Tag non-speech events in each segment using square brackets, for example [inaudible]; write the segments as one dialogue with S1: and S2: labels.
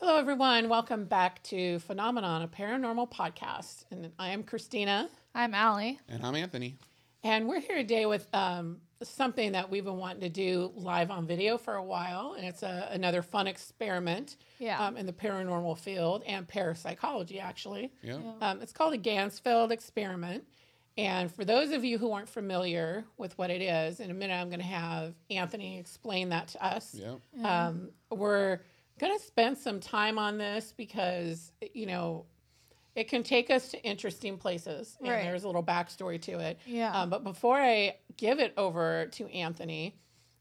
S1: Hello, everyone. Welcome back to Phenomenon, a paranormal podcast. And I am Christina,
S2: I'm Allie.
S3: And I'm Anthony.
S1: and we're here today with um, something that we've been wanting to do live on video for a while. And it's a, another fun experiment
S2: Yeah.
S1: um, in the paranormal field and parapsychology, actually.
S3: Yeah.
S1: Um, it's called a Gansfeld experiment. And for those of you who aren't familiar with what it is, in a minute I'm going to have Anthony explain that to us.
S3: Yeah.
S1: Um, we're going to spend some time on this because, you know, it can take us to interesting places. And
S2: Right.
S1: there's a little backstory to it.
S2: Yeah.
S1: Um, but before I give it over to Anthony,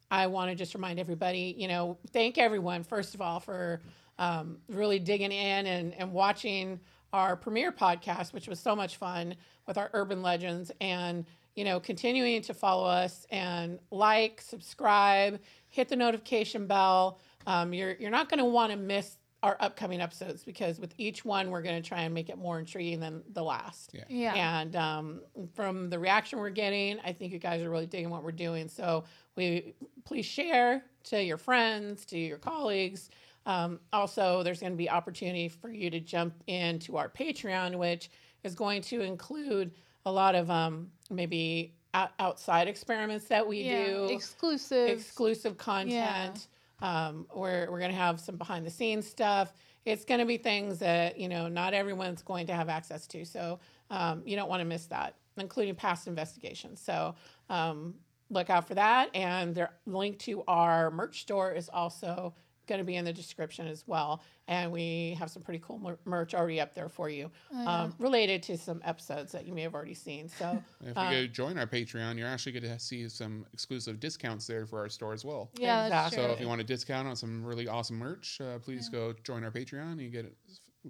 S1: I want to just remind everybody, you know, thank everyone, first of all, for um, really digging in and, and watching our premiere podcast, which was so much fun with our urban legends and, you know, continuing to follow us and like, subscribe, hit the notification bell. Um, you're, you're not going to want to miss our upcoming episodes because with each one, we're going to try and make it more intriguing than the last.
S3: Yeah.
S2: Yeah.
S1: And um, from the reaction we're getting, I think you guys are really digging what we're doing. So we please share to your friends, to your colleagues. Um, also, there's going to be opportunity for you to jump into our Patreon, which is going to include a lot of um, maybe out- outside experiments that we
S2: Yeah.
S1: do
S2: Exclusive.
S1: exclusive content. Um, we're we're gonna have some behind the scenes stuff. It's gonna be things that you know not everyone's going to have access to, so um, you don't want to miss that, including past investigations. So um, look out for that, and the link to our merch store is also going to be in the description as well. And we have some pretty cool mer- merch already up there for you, um, related to some episodes that you may have already seen. So
S3: And If you go join our Patreon, you're actually going to see some exclusive discounts there for our store as well.
S2: yeah, that's
S1: Exactly.
S3: So
S2: true.
S3: if you want a discount on some really awesome merch, uh, please go join our Patreon and you get a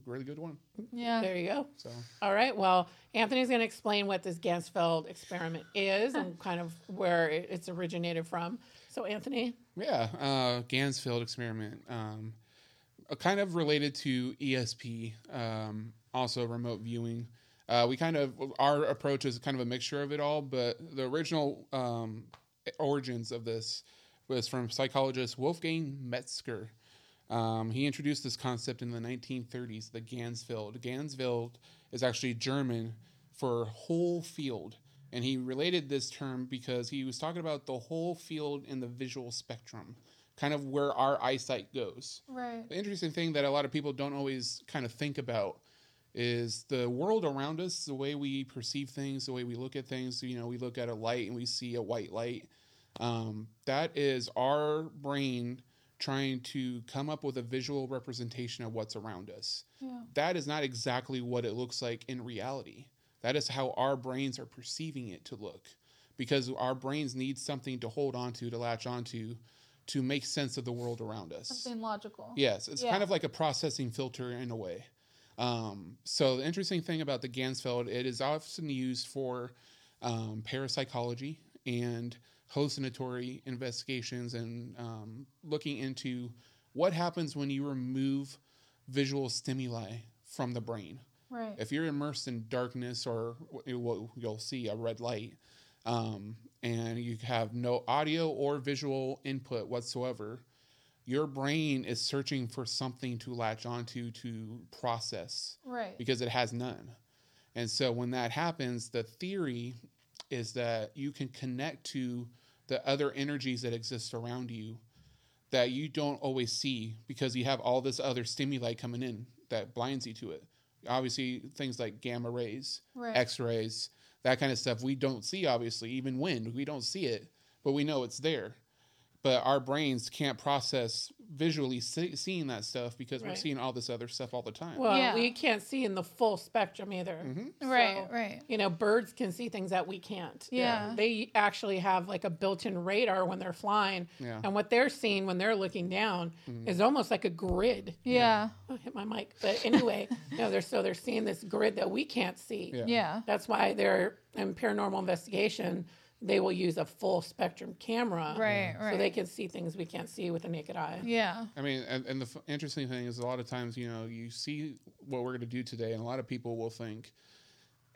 S3: really good one.
S2: yeah.
S1: there you go.
S3: So
S1: All right. Well, Anthony's going to explain what this Gansfeld experiment is
S2: [laughs]
S1: and kind of where it- it's originated from. So, Anthony,
S3: yeah, uh, Gansfield experiment, um, uh, kind of related to ESP, um, also remote viewing. Uh, we kind of our approach is kind of a mixture of it all, but the original um, origins of this was from psychologist Wolfgang Metzger. Um, he introduced this concept in the 1930s, the Gansfeld. Gansfeld is actually German for whole field. And he related this term because he was talking about the whole field in the visual spectrum, kind of where our eyesight goes.
S2: Right.
S3: The interesting thing that a lot of people don't always kind of think about is the world around us, the way we perceive things, the way we look at things. You know, we look at a light and we see a white light. Um, that is our brain trying to come up with a visual representation of what's around us.
S2: Yeah.
S3: That is not exactly what it looks like in reality. That is how our brains are perceiving it to look because our brains need something to hold onto, to latch onto, to make sense of the world around us.
S2: Something logical.
S3: Yes, it's
S2: Yeah.
S3: kind of like a processing filter in a way. Um, so the interesting thing about the Gansfeld, it is often used for um, parapsychology and hallucinatory investigations and um, looking into what happens when you remove visual stimuli from the brain.
S2: Right.
S3: If you're immersed in darkness or what what you'll see a red light, um, and you have no audio or visual input whatsoever, your brain is searching for something to latch onto to process
S2: right.
S3: because it has none. And so when that happens, the theory is that you can connect to the other energies that exist around you that you don't always see because you have all this other stimuli coming in that blinds you to it. Obviously, things like gamma rays,
S2: Right.
S3: X rays, that kind of stuff we don't see, obviously, even wind, we don't see it, but we know it's there. But our brains can't process visually see- seeing that stuff because we're
S1: Right.
S3: seeing all this other stuff all the time.
S1: well,
S2: Yeah.
S1: we can't see in the full spectrum either.
S2: right.
S1: So,
S2: Right.
S1: You know, birds can see things that we can't.
S2: Yeah.
S1: They actually have like a built in radar when they're flying.
S3: Yeah.
S1: And what they're seeing when they're looking down is almost like a grid. [laughs]
S2: Yeah.
S1: Oh, hit my mic. But
S2: [laughs]
S1: anyway, no, they're so they're seeing this grid that we can't see.
S3: Yeah.
S2: Yeah.
S1: That's why they're in paranormal investigation. They will use a full spectrum camera,
S2: Right.
S1: So they
S2: Right.
S1: can see things we can't see with the naked eye.
S2: Yeah.
S3: I mean, and, and the f- interesting thing is, a lot of times, you know, you see what we're going to do today, and a lot of people will think,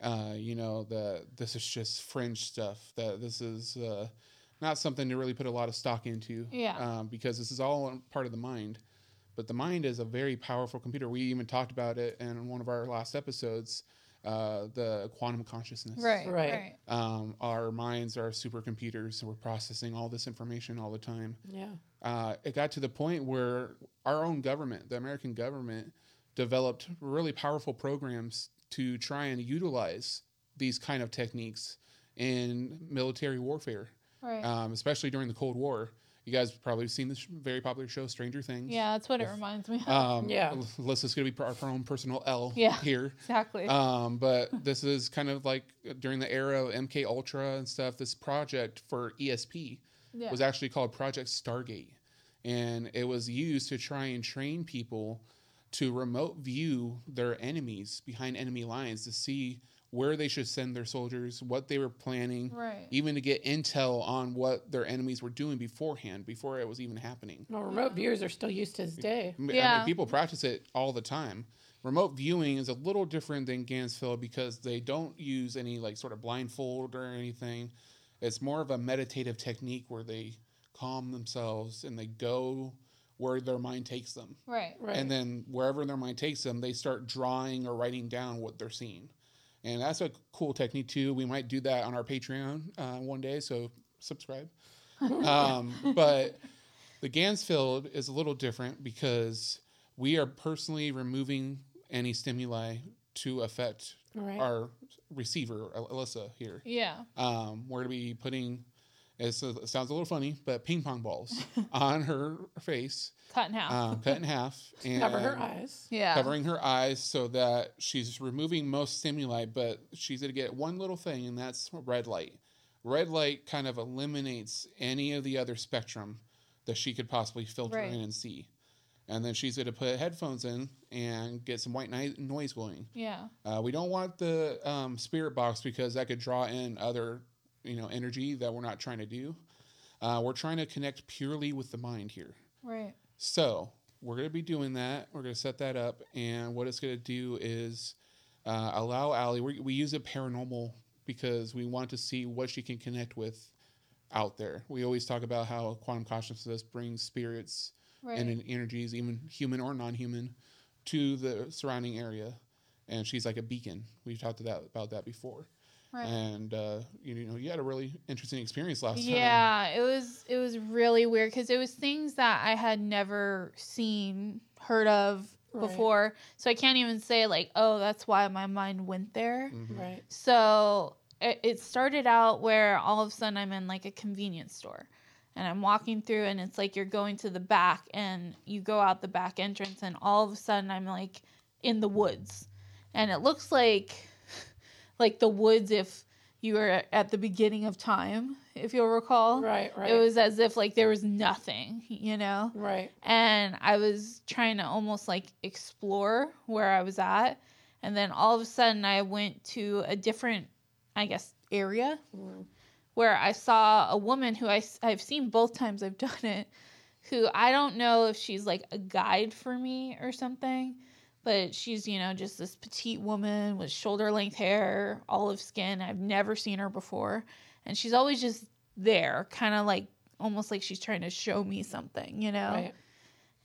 S3: uh, you know, that this is just fringe stuff. That this is uh, not something to really put a lot of stock into.
S2: Yeah.
S3: Um, because this is all part of the mind. But the mind is a very powerful computer. We even talked about it in one of our last episodes, uh, the quantum consciousness.
S2: Right.
S1: Right.
S2: Right.
S3: Um, our minds are supercomputers, and we're processing all this information all the time
S1: Yeah.
S3: uh, it got to the point where our own government, the American government, developed really powerful programs to try and utilize these kind of techniques in military warfare,
S2: Right.
S3: um, especially during the Cold War. You guys probably seen this very popular show, Stranger Things.
S2: yeah, that's what it reminds me of.
S3: Um,
S1: Yeah.
S3: l- Alyssa's going to be our our own personal L
S2: Yeah.
S3: here.
S2: [laughs] exactly.
S3: Um, but this is kind of like during the era of MK Ultra and stuff. This project for E ESP
S2: yeah.
S3: was actually called Project Stargate, and it was used to try and train people to remote view their enemies behind enemy lines to see where they should send their soldiers, what they were planning,
S2: right.
S3: even to get intel on what their enemies were doing beforehand, before it was even happening.
S1: No, remote viewers are still used to this day.
S3: I mean,
S2: Yeah.
S3: people practice it all the time. Remote viewing is a little different than Gansfield because they don't use any like sort of blindfold or anything. It's more of a meditative technique where they calm themselves and they go where their mind takes them.
S2: Right.
S1: Right.
S3: And then wherever their mind takes them, they start drawing or writing down what they're seeing. And that's a cool technique too. We might do that on our Patreon uh, one day, so subscribe. um,
S1: [laughs]
S3: but the Gansfield is a little different because we are personally removing any stimuli to affect
S1: All right.
S3: our receiver, Al- Alyssa, here.
S2: Yeah.
S3: Um, we're going to be putting, it's- it sounds a little funny, but ping pong
S1: [laughs]
S3: balls on her face,
S2: Cut in half.
S3: um, cut in half. And
S1: Cover her eyes.
S2: yeah.
S3: covering her eyes so that she's removing most stimuli, but she's going to get one little thing, and that's red light. Red light kind of eliminates any of the other spectrum that she could possibly filter
S2: Right.
S3: in and see. And then she's going to put headphones in and get some white ni- noise going.
S2: Yeah.
S3: Uh, we don't want the um, spirit box because that could draw in other, you know, energy that we're not trying to do. Uh, we're trying to connect purely with the mind here.
S2: Right.
S3: So we're going to be doing that. We're going to set that up, and what it's going to do is uh, allow Allie. We, we use a paranormal because we want to see what she can connect with out there. We always talk about how quantum consciousness brings spirits
S2: Right.
S3: and energies, even human or non-human, to the surrounding area. And she's like a beacon. We've talked to that, about that before.
S2: Right.
S3: And uh, you know, you had a really interesting experience last time.
S2: Yeah, it was it was really weird because it was things that I had never seen, heard of
S1: Right.
S2: before. So I can't even say like, oh, that's why my mind went there.
S3: Mhm.
S1: Right.
S2: So it, it started out where all of a sudden I'm in like a convenience store and I'm walking through and it's like you're going to the back and you go out the back entrance and all of a sudden I'm like in the woods. And it looks like [laughs] like the woods if you were at the beginning of time, if you'll recall.
S1: Right. Right.
S2: It was as if like there was nothing, you know?
S1: right.
S2: and I was trying to almost like explore where I was at. And then all of a sudden, I went to a different, I guess, area
S1: Mm.
S2: where I saw a woman who I, have seen both times I've [laughs] done it, who I don't know if she's like a guide for me or something, but she's, you know, just this petite woman with shoulder length hair, olive skin. I've never seen her before. And she's always just there, kind of like almost like she's trying to show me something, you know?
S1: Right.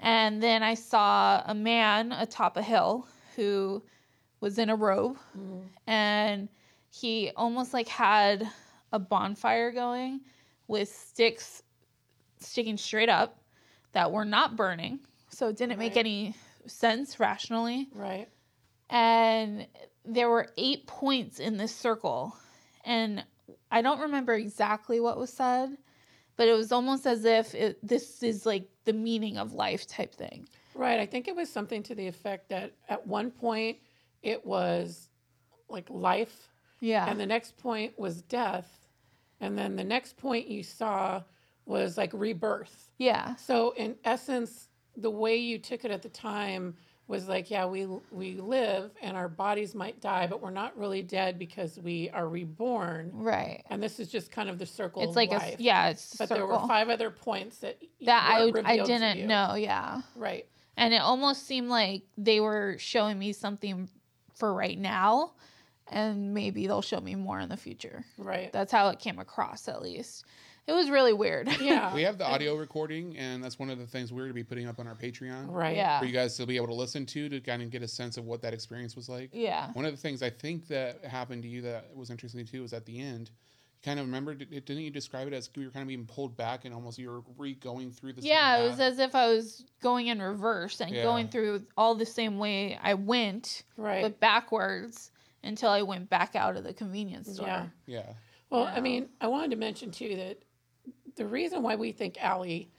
S2: And then I saw a man atop a hill who was in a robe
S1: Mm.
S2: and he almost like had a bonfire going with sticks sticking straight up that were not burning. So it didn't make
S1: Right.
S2: any sense rationally.
S1: Right.
S2: And there were eight points in this circle. And I don't remember exactly what was said, but it was almost as if it, this is like the meaning of life type thing.
S1: Right. I think it was something to the effect that at one point it was like life,
S2: Yeah.
S1: and the next point was death, and then the next point you saw was like rebirth.
S2: yeah.
S1: So in essence, the way you took it at the time was like, yeah, we we live and our bodies might die, but we're not really dead because we are reborn.
S2: Right.
S1: And this is just kind of the circle.
S2: It's
S1: of
S2: like
S1: life.
S2: a yeah, it's a
S1: But there
S2: circle.
S1: were five other points that
S2: that I
S1: weren't
S2: I
S1: revealed to you.
S2: didn't know, yeah.
S1: Right.
S2: And it almost seemed like they were showing me something for right now and maybe they'll show me more in the future.
S1: Right.
S2: That's how it came across at least. It was really weird.
S1: [laughs]
S2: [laughs]
S1: Yeah.
S3: We have the audio recording, and that's one of the things we're going to be putting up on our Patreon
S1: right.
S2: Yeah.
S3: for you guys to be able to listen to to kind of get a sense of what that experience was like.
S2: yeah.
S3: One of the things I think that happened to you that was interesting too was at the end, you kind of remember, didn't you describe it as you were kind of being pulled back and almost you were re going through the same
S2: Yeah, it was
S3: path?
S2: as if I was going in reverse and
S3: Yeah.
S2: going through all the same way I went,
S1: Right.
S2: but backwards until I went back out of the convenience store.
S1: Yeah.
S3: yeah.
S1: Well,
S2: Yeah.
S1: I mean, I wanted to mention too that the reason why we think Allie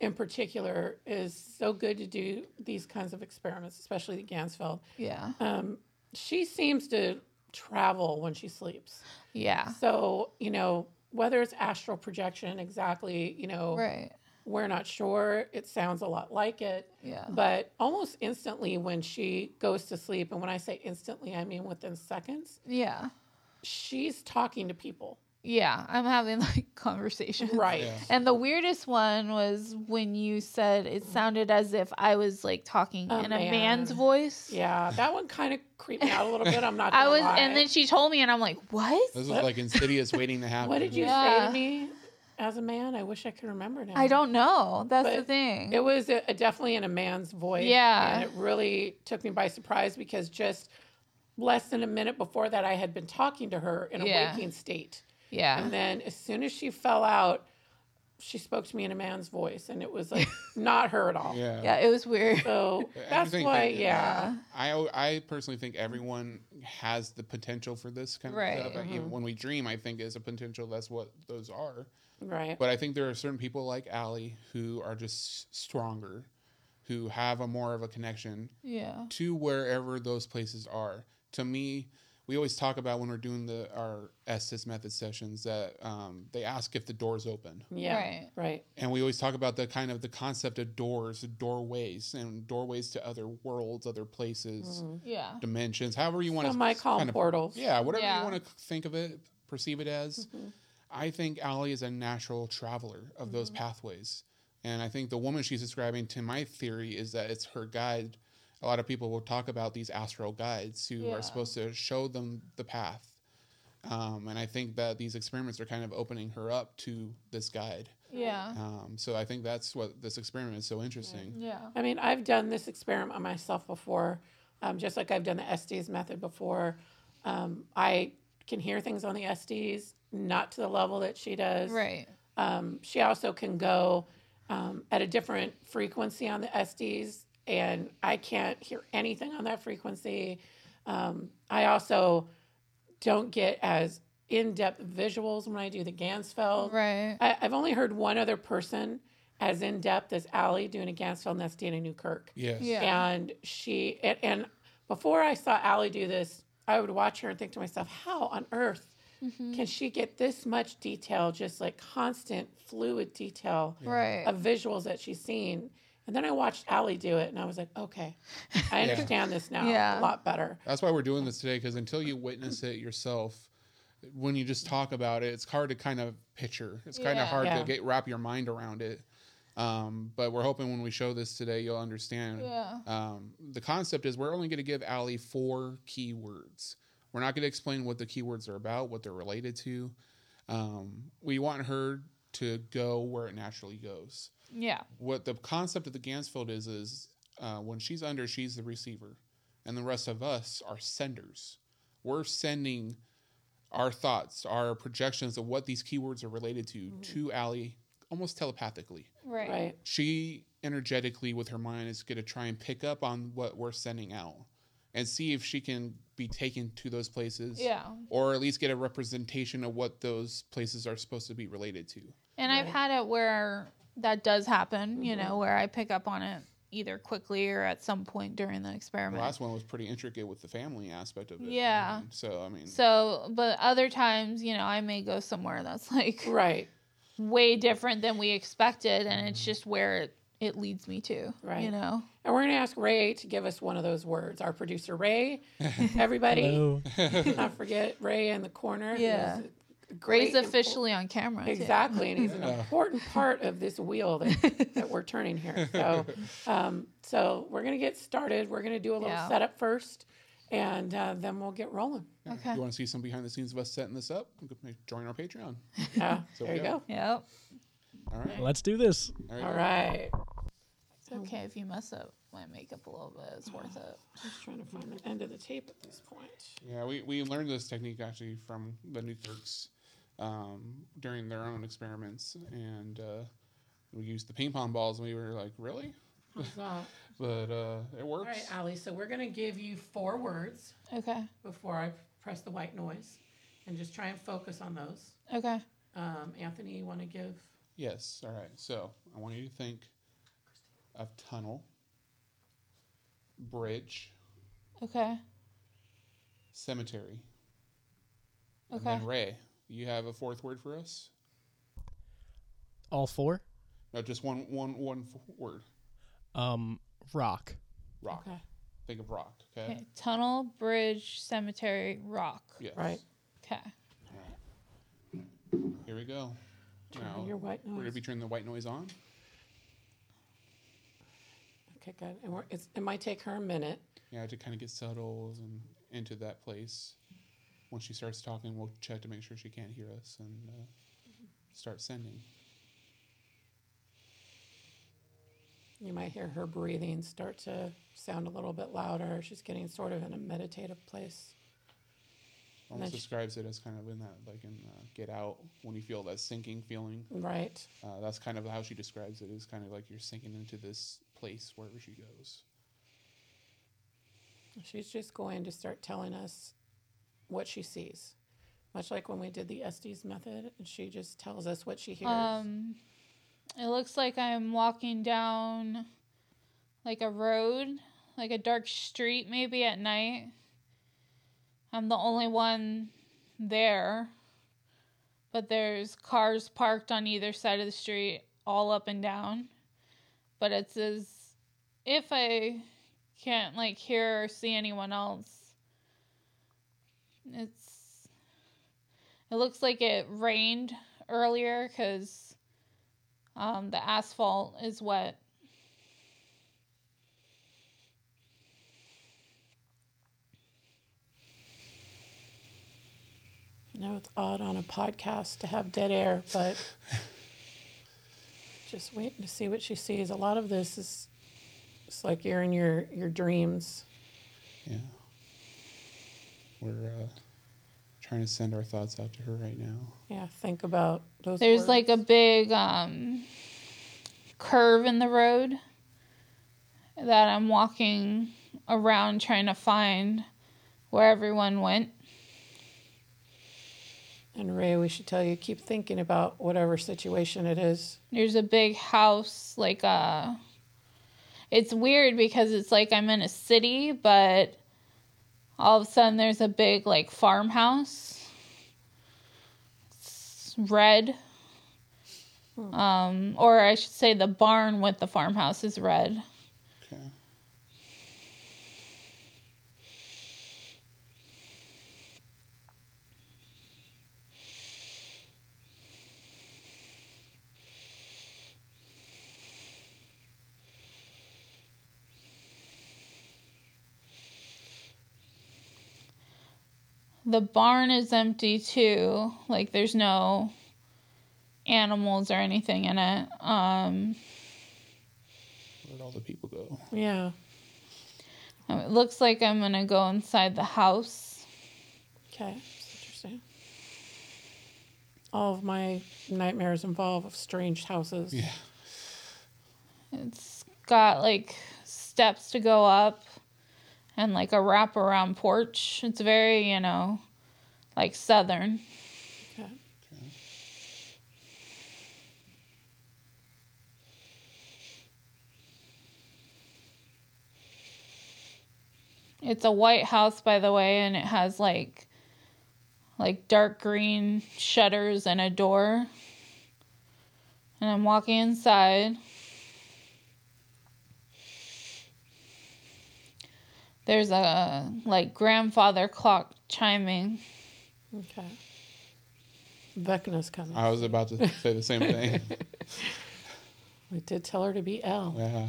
S1: in particular is so good to do these kinds of experiments, especially at Gansfeld,
S2: Yeah.
S1: um, she seems to travel when she sleeps.
S2: Yeah.
S1: So, you know, whether it's astral projection exactly, you know,
S2: Right.
S1: we're not sure. It sounds a lot like it.
S2: Yeah.
S1: But almost instantly when she goes to sleep, and when I say instantly, I mean within seconds,
S2: Yeah.
S1: she's talking to
S2: [laughs]
S1: people.
S2: Yeah. I'm having like conversations.
S1: Right.
S3: Yeah.
S2: And the weirdest one was when you said it sounded as if I was like talking
S1: A
S2: in a
S1: man.
S2: man's voice.
S1: Yeah, that one kind of creeped me out a little bit. I'm not.
S2: [laughs] I
S1: gonna
S2: was,
S1: lie.
S2: and then she told me, and I'm like, what?
S3: This is
S1: What?
S3: like insidious waiting to happen.
S1: what did you say
S2: Yeah.
S1: to me as a man? I wish I could remember now.
S2: I don't know. That's the
S1: But
S2: thing.
S1: It was a, a- definitely in a man's voice.
S2: Yeah.
S1: and it really took me by surprise because just less than a minute before that, I had been talking to her in a
S2: Yeah.
S1: waking state,
S2: yeah.
S1: and then as soon as she fell out, she spoke to me in a man's voice, and it was
S2: [laughs]
S1: like not her at all.
S3: Yeah.
S2: Yeah. It was weird.
S1: So
S3: I
S1: that's
S3: think
S1: why,
S3: that-
S1: yeah.
S3: I al- I personally think everyone has the potential for this kind
S2: Right.
S3: of stuff. Even when we dream, I think is a potential. That's what those are.
S1: right.
S3: But I think there are certain people like Allie who are just stronger, who have a more of a connection
S2: Yeah.
S3: to wherever those places are. To me, we always talk about when we're doing the our Estes method sessions that um, they ask if the door's open
S1: Yeah.
S2: Right.
S1: Right.
S3: and we always talk about the kind of the concept of doors doorways and doorways to other worlds other places
S2: Yeah.
S3: dimensions however you want
S1: Some
S3: to
S1: might call them
S3: kind of-
S1: portals.
S3: yeah whatever
S2: Yeah. Mm-hmm.
S3: you want to think of it perceive it as i think ali is a natural traveler of those
S2: Mm-hmm.
S3: pathways and i think the woman she's describing to my theory is that it's her guide a lot of people will talk about these astral guides who
S2: Yeah.
S3: are supposed to show them the path um, and i think that these experiments are kind of opening her up to this guide
S2: Yeah.
S3: um, so I think that's what this experiment is so interesting.
S2: Yeah.
S1: I mean, I've done this experiment on myself before, um, just like I've done the SDs method before. Um, I can hear things on the SDs, not to the level that she does.
S2: Right.
S1: Um, she also can go um, at a different frequency on the SDs, and I can't hear anything on that frequency. Um, I also don't get as in depth visuals when I do the Gansfeld.
S2: Right.
S1: I, I've only heard one other person as in depth as Allie doing a Gansfeld and that's Dana Newkirk.
S3: Yes.
S2: Yeah.
S1: And she and, and before I saw Allie do this, I would watch her and think to myself, how on earth
S2: Mm-hmm.
S1: can she get this much detail, just like constant fluid detail
S2: Right.
S1: of visuals that she's seen? And then I watched Allie do it and I was like,
S2: [laughs]
S1: okay, I understand this now
S2: Yeah.
S1: a lot better.
S3: That's why we're doing this today because until you witness it yourself, when you just talk about it, it's hard to kind of picture. It's kind
S2: Yeah.
S3: of hard
S1: Yeah.
S3: to get wrap your mind around it. Um, but we're hoping when we show this today, you'll understand.
S2: Yeah.
S3: Um, the concept is we're only going to give Allie four key words. We're not going to explain what the keywords are about, what they're related to. Um, we want her to go where it naturally goes.
S2: Yeah.
S3: what the concept of the Gansfield is is uh, when she's under, she's the receiver, and the rest of us are senders. We're sending our thoughts, our projections of what these keywords are related to to Allie almost telepathically.
S2: Right.
S1: Right.
S3: She energetically with her mind is going to try and pick up on what we're sending out and see if she can be taken to those places
S2: Yeah.
S3: or at least get a representation of what those places are supposed to be related to.
S2: And I've had it where that does happen, you
S3: Mm-hmm.
S2: know, where I pick up on it either quickly or at some point during the
S3: The
S2: experiment.
S3: last one was pretty intricate with the family aspect of it.
S2: Yeah.
S3: And so I mean,
S2: so, but other times, you know, I may go somewhere that's [laughs] like
S1: Right.
S2: way different than we expected, and
S3: Mm-hmm.
S2: it's just where it, it leads me to,
S1: Right.
S2: you know?
S1: And we're going to ask Ray to give us one of those words. Our producer, Ray. Everybody, not forget Ray in the corner. who
S2: Yeah.
S1: is a
S2: Ray's
S1: great-
S2: officially on camera. too.
S1: Exactly. And he's an important part of this wheel
S2: [laughs]
S1: that, that we're turning here. So, um, so we're going to get started. We're going to do a little
S2: Yeah.
S1: setup first. and uh, then we'll get rolling.
S2: Okay.
S3: You want to see some behind the scenes of us setting this up? You can Join
S2: [laughs]
S3: our Patreon.
S1: Yeah,
S3: [laughs] So
S1: there you
S3: yeah.
S1: go.
S2: Yep.
S3: All right.
S4: Let's do this.
S3: All
S1: All
S3: right.
S1: right.
S2: It's okay if you mess up my makeup a little bit. It's worth
S3: Uh-huh.
S2: it.
S1: Just trying to find the end of the tape at this point.
S3: Yeah, we, we learned this technique actually from the New Turks um, during their own experiments. And uh, we used the ping pong balls, and we were like, really?
S1: How's that?
S3: But uh, it
S1: All
S3: works.
S1: right, Allie. So we're gonna give you four words
S2: Okay.
S1: before I press the white noise, and just try and focus on those.
S2: Okay.
S1: Um, Anthony, you want to give?
S3: Yes. All right. So I want you to think of tunnel, bridge,
S2: Okay.
S3: cemetery. And
S2: Okay.
S3: then Ray, you have a fourth word for us?
S4: All four.
S3: No, just one one one f- word.
S4: Um, rock.
S3: Rock. Think of rock. Okay.
S2: okay. Tunnel, bridge, cemetery, rock.
S3: Yes.
S1: Right.
S2: Okay.
S3: Here we go.
S1: Turn
S3: Now,
S1: on your white
S3: We're gonna
S1: noise.
S3: be turning the white noise on.
S1: Okay, good. And we're, it's, it might take her a minute.
S3: Yeah, to kind of get settled and into that place. Once she starts talking, we'll check to make sure she can't hear us and uh, start sending.
S1: You might hear her breathing start to sound a little bit louder. She's getting sort of in a meditative place.
S3: Almost
S1: Nice.
S3: describes it as kind of in that like in uh, Get Out when you feel that sinking feeling.
S1: Right.
S3: Uh, that's kind of how she describes it. Is kind of like you're sinking into this place wherever she goes.
S1: She's just going to start telling us what she sees. Much like when we did the Estes method, and she just tells us what she hears.
S2: Um, it looks like I'm walking down like a road, like a dark street, maybe at night. I'm the only one there, but there's cars parked on either side of the street, all up and down. But it's as if I can't like hear or see anyone else. It's it looks like it rained earlier because um, the asphalt is wet.
S1: I know it's odd on a podcast to have dead air, but [laughs] just waiting to see what she sees. A lot of this is it's like you're in your, your dreams.
S3: Yeah. We're uh, trying to send our thoughts out to her right now.
S1: Yeah, think about those.
S2: There's
S1: words.
S2: like a big um, curve in the road that I'm walking around trying to find where everyone went.
S1: and Ray, we should tell you keep thinking about whatever situation it is.
S2: There's a big house, like uh It's weird because it's like I'm in a city, but all of a sudden there's a big like farmhouse. It's red. Um, or I should say the barn with the farmhouse is red.
S3: Okay.
S2: The barn is empty too. Like there's no animals or anything in it. Um
S3: Where'd all the people go?
S1: Yeah.
S2: Um, It looks like I'm gonna go inside the house.
S1: Okay, that's interesting. All of my nightmares involve strange houses.
S3: Yeah.
S2: It's got like steps to go up and like a wraparound porch. It's very, you know, like southern.
S1: Okay.
S2: It's a white house by the way and it has like like dark green shutters and a door. And I'm walking inside. There's a like grandfather clock chiming.
S1: Okay. Vecna's coming.
S3: I was about to say the same thing.
S1: we did tell her to be L.
S3: yeah.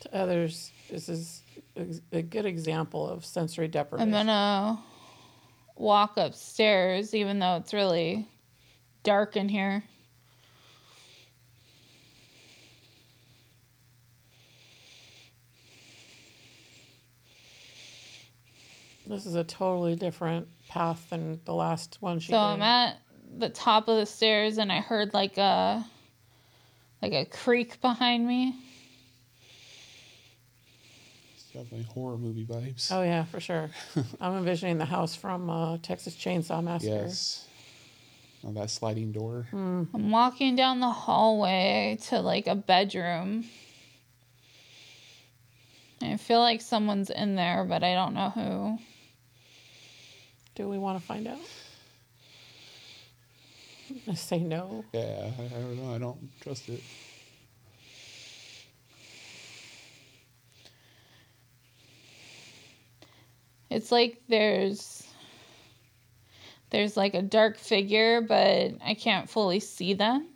S1: to others. This is a, a good example of sensory deprivation.
S2: I'm gonna walk upstairs, even though it's really dark in here.
S1: This is a totally different path than the last one she
S2: So
S1: did.
S2: I'm at the top of the stairs, and I heard like a like a creak behind me.
S3: It's definitely horror movie vibes.
S1: oh yeah, for
S3: [laughs]
S1: sure. I'm envisioning the house from uh, Texas Chainsaw Massacre.
S3: yes. Oh, that sliding door.
S2: I'm walking down the hallway to like a bedroom. I feel like someone's in there, but I don't know who.
S1: Do we want to find out? I say no.
S3: Yeah, I, I don't know. I don't trust it.
S2: It's like there's there's like a dark figure, but I can't fully see them.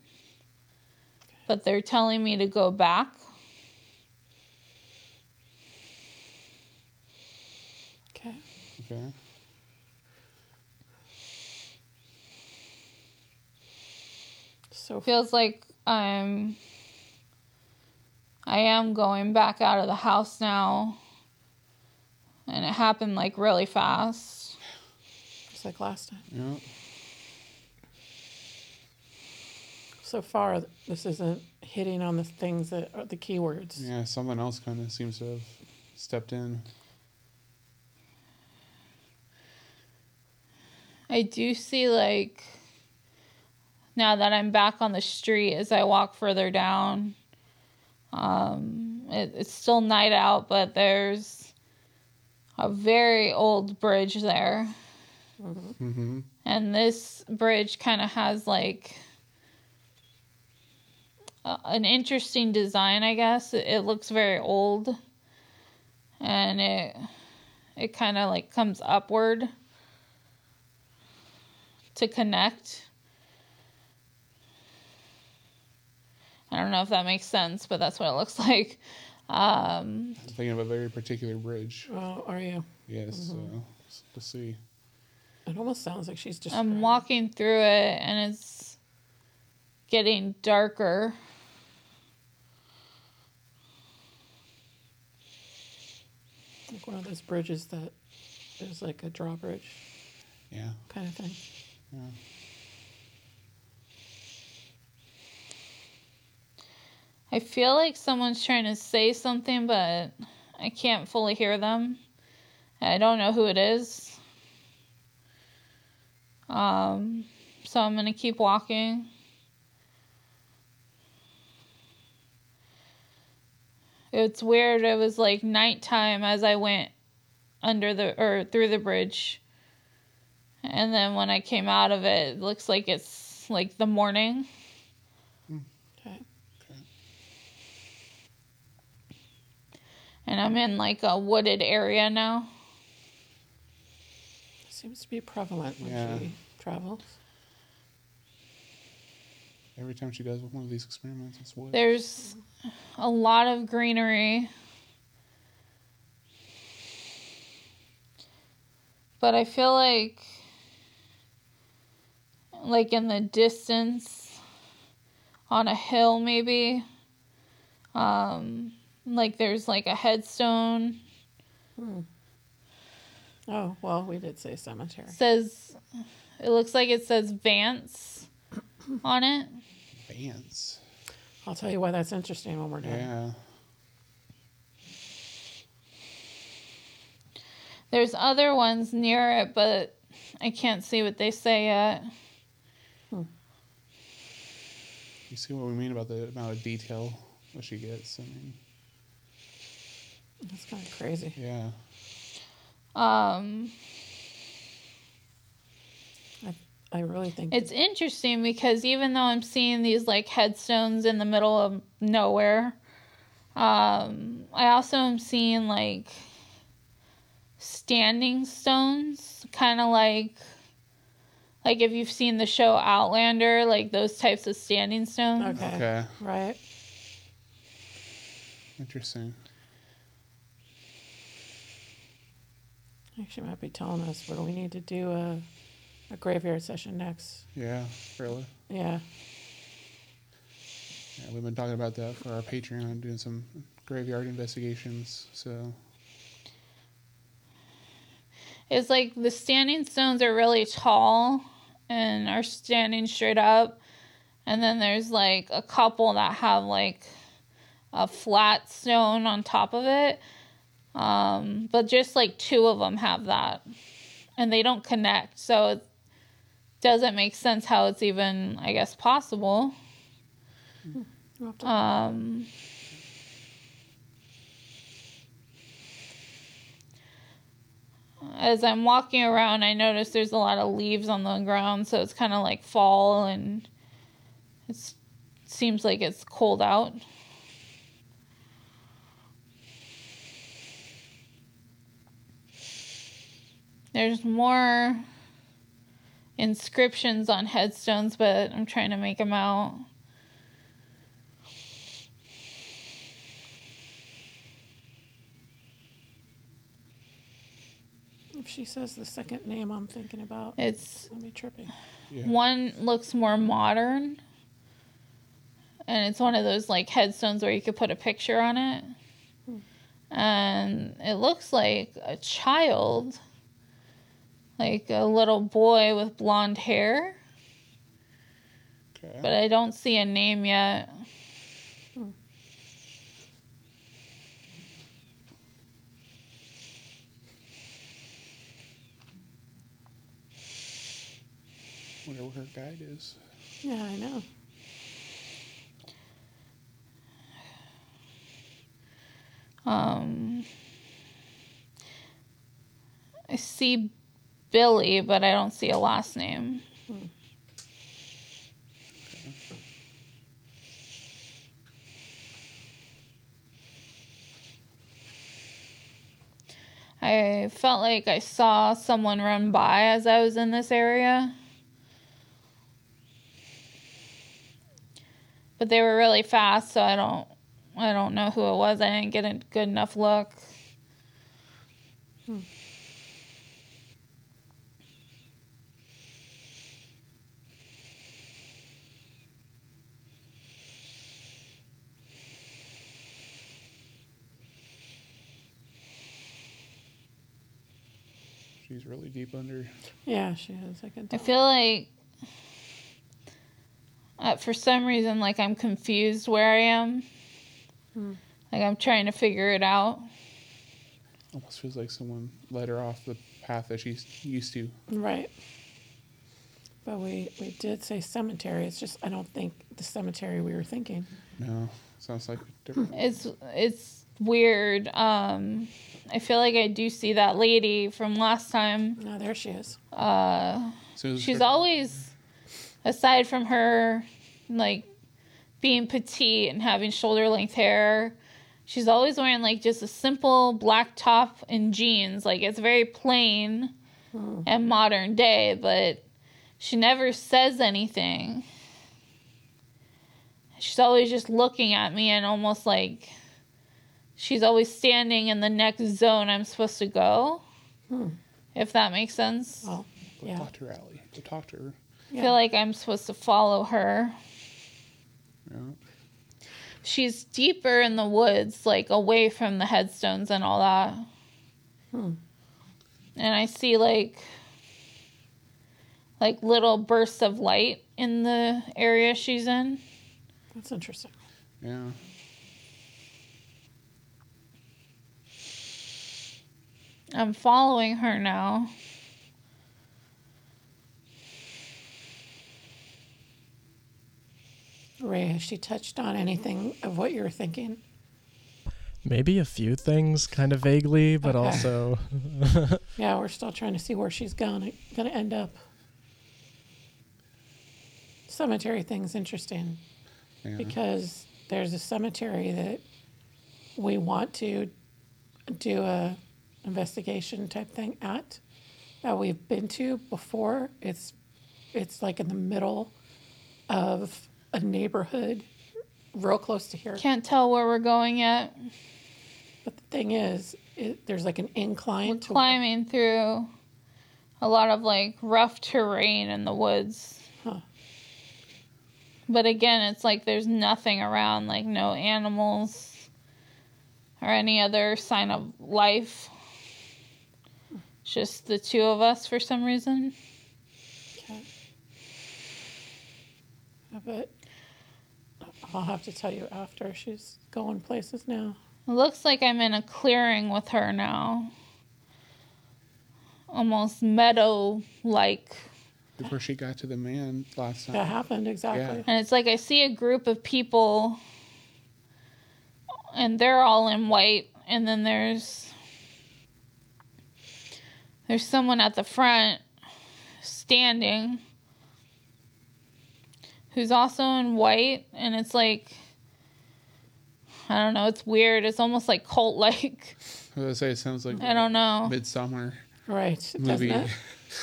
S2: But they're telling me to go back.
S1: Okay.
S3: Okay.
S1: So
S2: Feels like I'm I am going back out of the house now. And it happened like really fast.
S1: it's like last time.
S3: Yeah.
S1: So far, this isn't hitting on the things that are the keywords.
S3: Yeah. Someone else kind of seems to have stepped in.
S2: I do see like now that I'm back on the street as I walk further down. Um, it, it's still night out, but there's a very old bridge there,
S3: Mm-hmm.
S2: and this bridge kind of has like a, an interesting design, I guess. It, it looks very old, and it it kind of like comes upward to connect. I don't know if that makes sense, but that's what it looks [laughs] like. Um,
S3: I'm thinking of a very particular bridge.
S1: Oh, are you?
S3: Yes. So s- let's see.
S1: It almost sounds like she's just.
S2: I'm walking through it and it's getting darker.
S1: Like one of those bridges that is like a drawbridge
S3: Yeah.
S1: kind of thing.
S3: Yeah.
S2: I feel like someone's trying to say something, but I can't fully hear them. I don't know who it is. Um, so I'm gonna keep walking. It's weird. It was like nighttime as I went under the or through the bridge. And then when I came out of it, it looks like it's like the morning.
S1: Okay.
S2: And I'm in like a wooded area now.
S1: Seems to be prevalent when
S3: Yeah.
S1: she travels.
S3: Every time she does one of these experiments, it's what?
S2: There's a lot of greenery. But I feel like like in the distance on a hill maybe um like there's like a headstone
S1: Oh, well, we did say cemetery.
S2: says it looks like it says Vance on it.
S3: Vance.
S1: I'll tell you why that's interesting when we're done.
S3: Yeah.
S2: There's other ones near it, but I can't see what they say yet.
S3: You see what we mean about the amount of detail that she gets. I mean,
S1: That's kind of crazy.
S3: yeah.
S2: Um,
S1: I, I really think
S2: it's interesting because even though I'm seeing these like headstones in the middle of nowhere, um, I also am seeing like standing stones, kind of like like if you've seen the show Outlander, like those types of standing stones.
S1: Okay.
S3: Okay.
S1: right.
S3: Interesting.
S1: Actually, might be telling us where we need to do a, a graveyard session next.
S3: Yeah, really.
S1: Yeah.
S3: Yeah, we've been talking about that for our Patreon, doing some graveyard investigations. So
S2: It's like the standing stones are really tall and are standing straight up. And then there's like a couple that have like a flat stone on top of it. Um, but just like two of them have that. And they don't connect. So it doesn't make sense how it's even, I guess, possible.
S1: We'll have to-
S2: Um, as I'm walking around, I notice there's a lot of leaves on the ground, so it's kind of like fall and it seems like it's cold out. There's more inscriptions on headstones, but I'm trying to make them out.
S1: if she says the second name I'm thinking about,
S2: It's
S1: it's going to be tripping.
S3: yeah,
S2: One looks more modern. And it's one of those like headstones where you could put a picture on it. And it looks like a child. Like a little boy with blonde hair,
S3: okay.
S2: but I don't see a name yet.
S3: wonder what her guide is.
S1: Yeah, I know.
S2: Um, I see Billy, but I don't see a last name. I felt like I saw someone run by as I was in this area. But they were really fast, so I don't I don't know who it was. I didn't get a good enough look.
S3: She's really deep under.
S1: Yeah, she is. I can
S2: I
S1: tell.
S2: feel like uh, for some reason, like I'm confused where I am.
S1: Hmm.
S2: Like I'm trying to figure it out.
S3: Almost feels like someone led her off the path that she's used to.
S1: Right. But we, we did say cemetery. It's just, I don't think the cemetery we were thinking.
S3: No, sounds like a different.
S2: It's it's weird. Um, I feel like I do see that lady from last time.
S1: No, there she is.
S2: Uh,
S3: So is
S2: She's
S3: her-
S2: always, aside from her, like being petite and having shoulder length hair, she's always wearing like just a simple black top and jeans. Like it's very plain and modern day, but she never says anything. She's always just looking at me and almost like she's always standing in the next zone I'm supposed to go. If that makes sense.
S1: Well,
S3: Go
S1: yeah.
S3: talk to her, Allie. Go talk to her.
S2: I
S1: yeah.
S2: feel like I'm supposed to follow her.
S3: Yeah.
S2: She's deeper in the woods, like away from the headstones and all that. And I see like like little bursts of light in the area she's in.
S1: That's interesting.
S3: Yeah.
S2: I'm following her now.
S1: Ray, has she touched on anything of what you were thinking?
S4: Maybe a few things, kind of vaguely, but
S1: Okay.
S4: also
S1: Yeah, we're still trying to see where she's going going to end up. Cemetery thing's interesting
S3: Yeah.
S1: because there's a cemetery that we want to do a investigation type thing at that we've been to before. It's it's like in the middle of a neighborhood, real close to here.
S2: Can't tell where we're going yet.
S1: But the thing is, it, there's like an incline to
S2: climbing through a lot of like rough terrain in the woods.
S1: Huh.
S2: But again, it's like there's nothing around, like no animals or any other sign of life. Just the two of us for some reason.
S1: but I'll have to tell you after. She's going places now.
S2: It looks like I'm in a clearing with her now. Almost meadow like.
S3: Before she got to the man last time.
S1: That happened exactly.
S2: And it's like I see a group of people, and they're all in white. And then there's there's someone at the front standing who's also in white, and it's like I don't know. It's weird. It's almost like cult like.
S3: I was gonna say it sounds
S2: [laughs]
S3: like
S2: I don't
S3: Oh.
S2: know.
S3: Midsummer
S1: Right. Doesn't
S3: movie.
S1: it?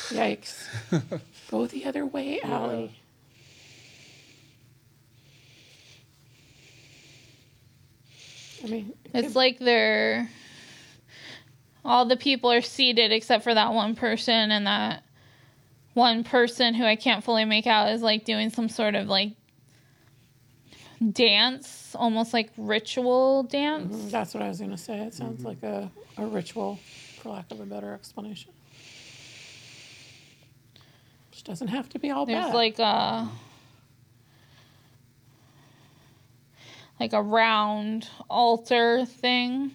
S1: Yikes. Go the other way, Allie. I mean,
S2: It's like they're all the people are seated except for that one person and that one person who I can't fully make out is like doing some sort of like dance, almost like ritual dance.
S1: that's what I was going to say. It sounds like a, a ritual, for lack of a better explanation. Which doesn't have to be all
S2: There's
S1: bad.
S2: like a like a round altar thing.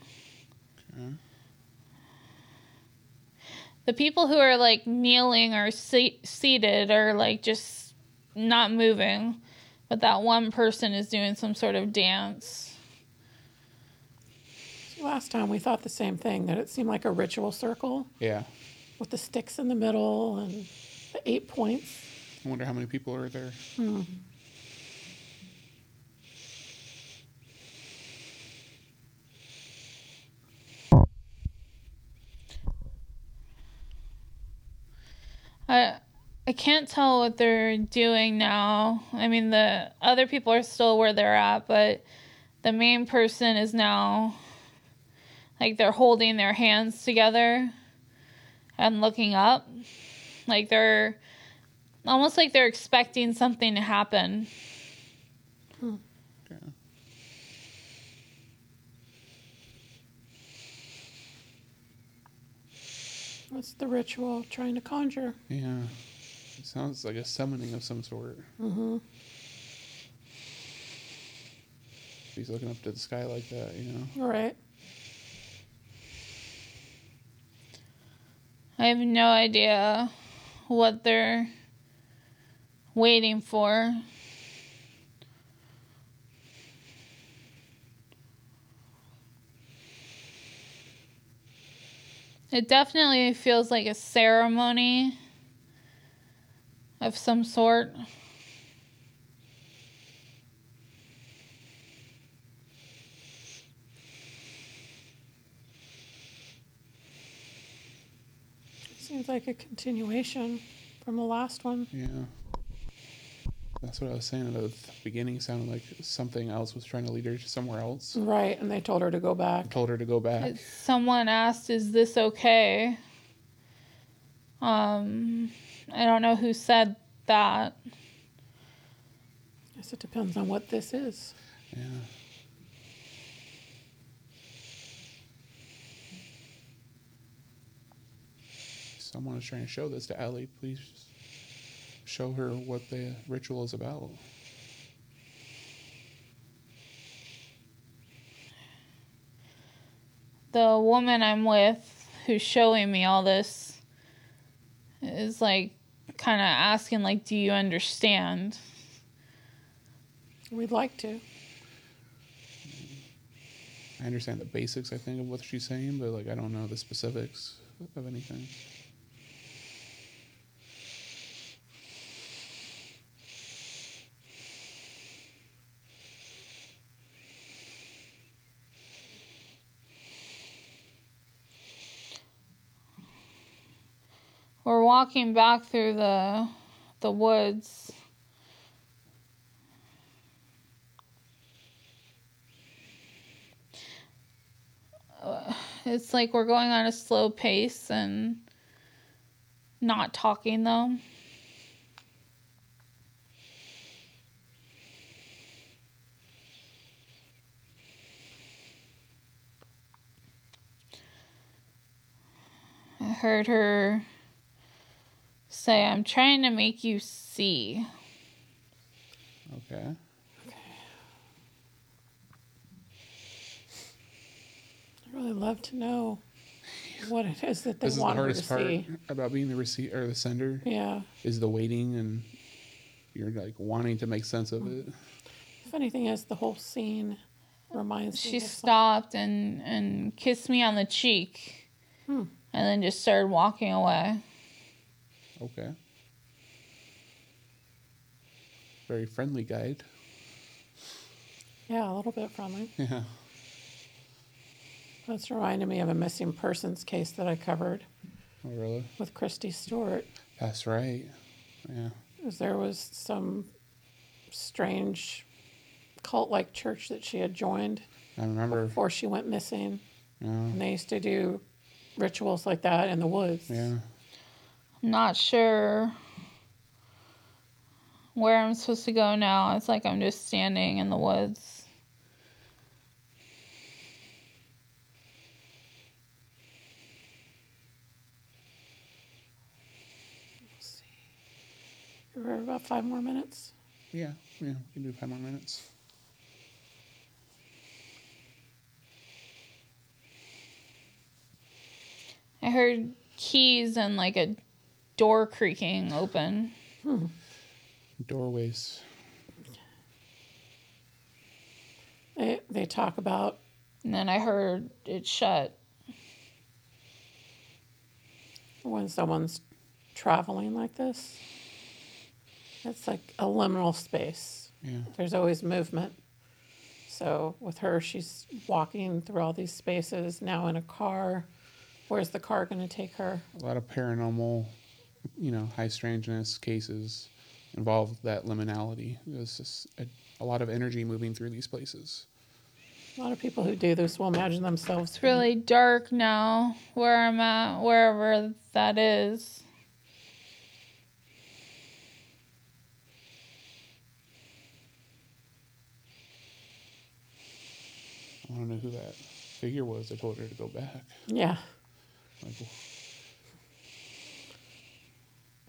S2: The people who are like kneeling or se- seated are like just not moving, but that one person is doing some sort of dance.
S1: Last time we thought the same thing that it seemed like a ritual circle
S3: Yeah.
S1: with the sticks in the middle and the eight points.
S3: I wonder how many people are there.
S2: I I can't tell what they're doing now. I mean, the other people are still where they're at, but the main person is now like they're holding their hands together and looking up. Like they're almost like they're expecting something to happen.
S3: Yeah.
S1: That's the ritual trying to conjure.
S3: Yeah. It sounds like a summoning of some sort. Mm-hmm. He's looking up to the sky like that, you know.
S1: All right.
S2: I have no idea what they're waiting for. It definitely feels like a ceremony of some sort.
S1: Seems like a continuation from the last one.
S3: Yeah. That's what I was saying at the beginning. Sounded like something else was trying to lead her to somewhere else.
S1: Right. And they told her to go
S3: I
S1: back.
S3: told her to go back.
S2: It's- someone asked, "Is this okay?" Um, I don't know who said that.
S1: I guess it depends on what this is.
S3: Yeah. Someone is trying to show this to Ellie. Please show her what the ritual is about.
S2: the woman I'm with who's showing me all this is like kind of asking like do you understand
S1: We'd like to.
S3: I understand the basics, I think, of what she's saying, but like I don't know the specifics of anything.
S2: we're walking back through the the woods Uh, It's like we're going on a slow pace and not talking though. I heard her say, I'm trying to make you see.
S3: Okay.
S1: I really love to know what it is that they
S3: This is the
S1: want her to
S3: hardest part
S1: see.
S3: about being the receipt or the sender
S1: Yeah.
S3: is the waiting and you're like wanting to make sense of it.
S1: Funny thing is, the whole scene reminds me.
S2: She
S1: of
S2: stopped and, and kissed me on the cheek and then just started walking away.
S3: Okay. Very friendly guide.
S1: Yeah, a little bit friendly.
S3: Yeah.
S1: That's reminded me of a missing persons case that I covered
S3: Oh, really?
S1: with Christy Stewart.
S3: That's right. Yeah.
S1: Is There was some strange cult like church that she had joined
S3: I remember.
S1: before she went missing.
S3: Yeah.
S1: And they used to do rituals like that in the woods.
S3: Yeah.
S2: I'm not sure where I'm supposed to go now. It's like I'm just standing in the woods.
S1: We're about five more minutes.
S3: Yeah. Yeah. We can do five more minutes.
S2: I heard keys and like a door creaking open.
S3: Doorways.
S1: They, they talk about
S2: And then I heard it shut.
S1: when someone's traveling like this, it's like a liminal space.
S3: Yeah.
S1: There's always movement. So with her, she's walking through all these spaces now in a car. Where's the car going to take her?
S3: A lot of paranormal, you know, high strangeness cases involve that liminality. There's just a, a lot of energy moving through these places.
S1: A lot of people who do this will imagine themselves
S2: It's really dark now where I'm at, wherever that is.
S3: I want to know who that figure was that told her to go back.
S1: Yeah,
S3: Like,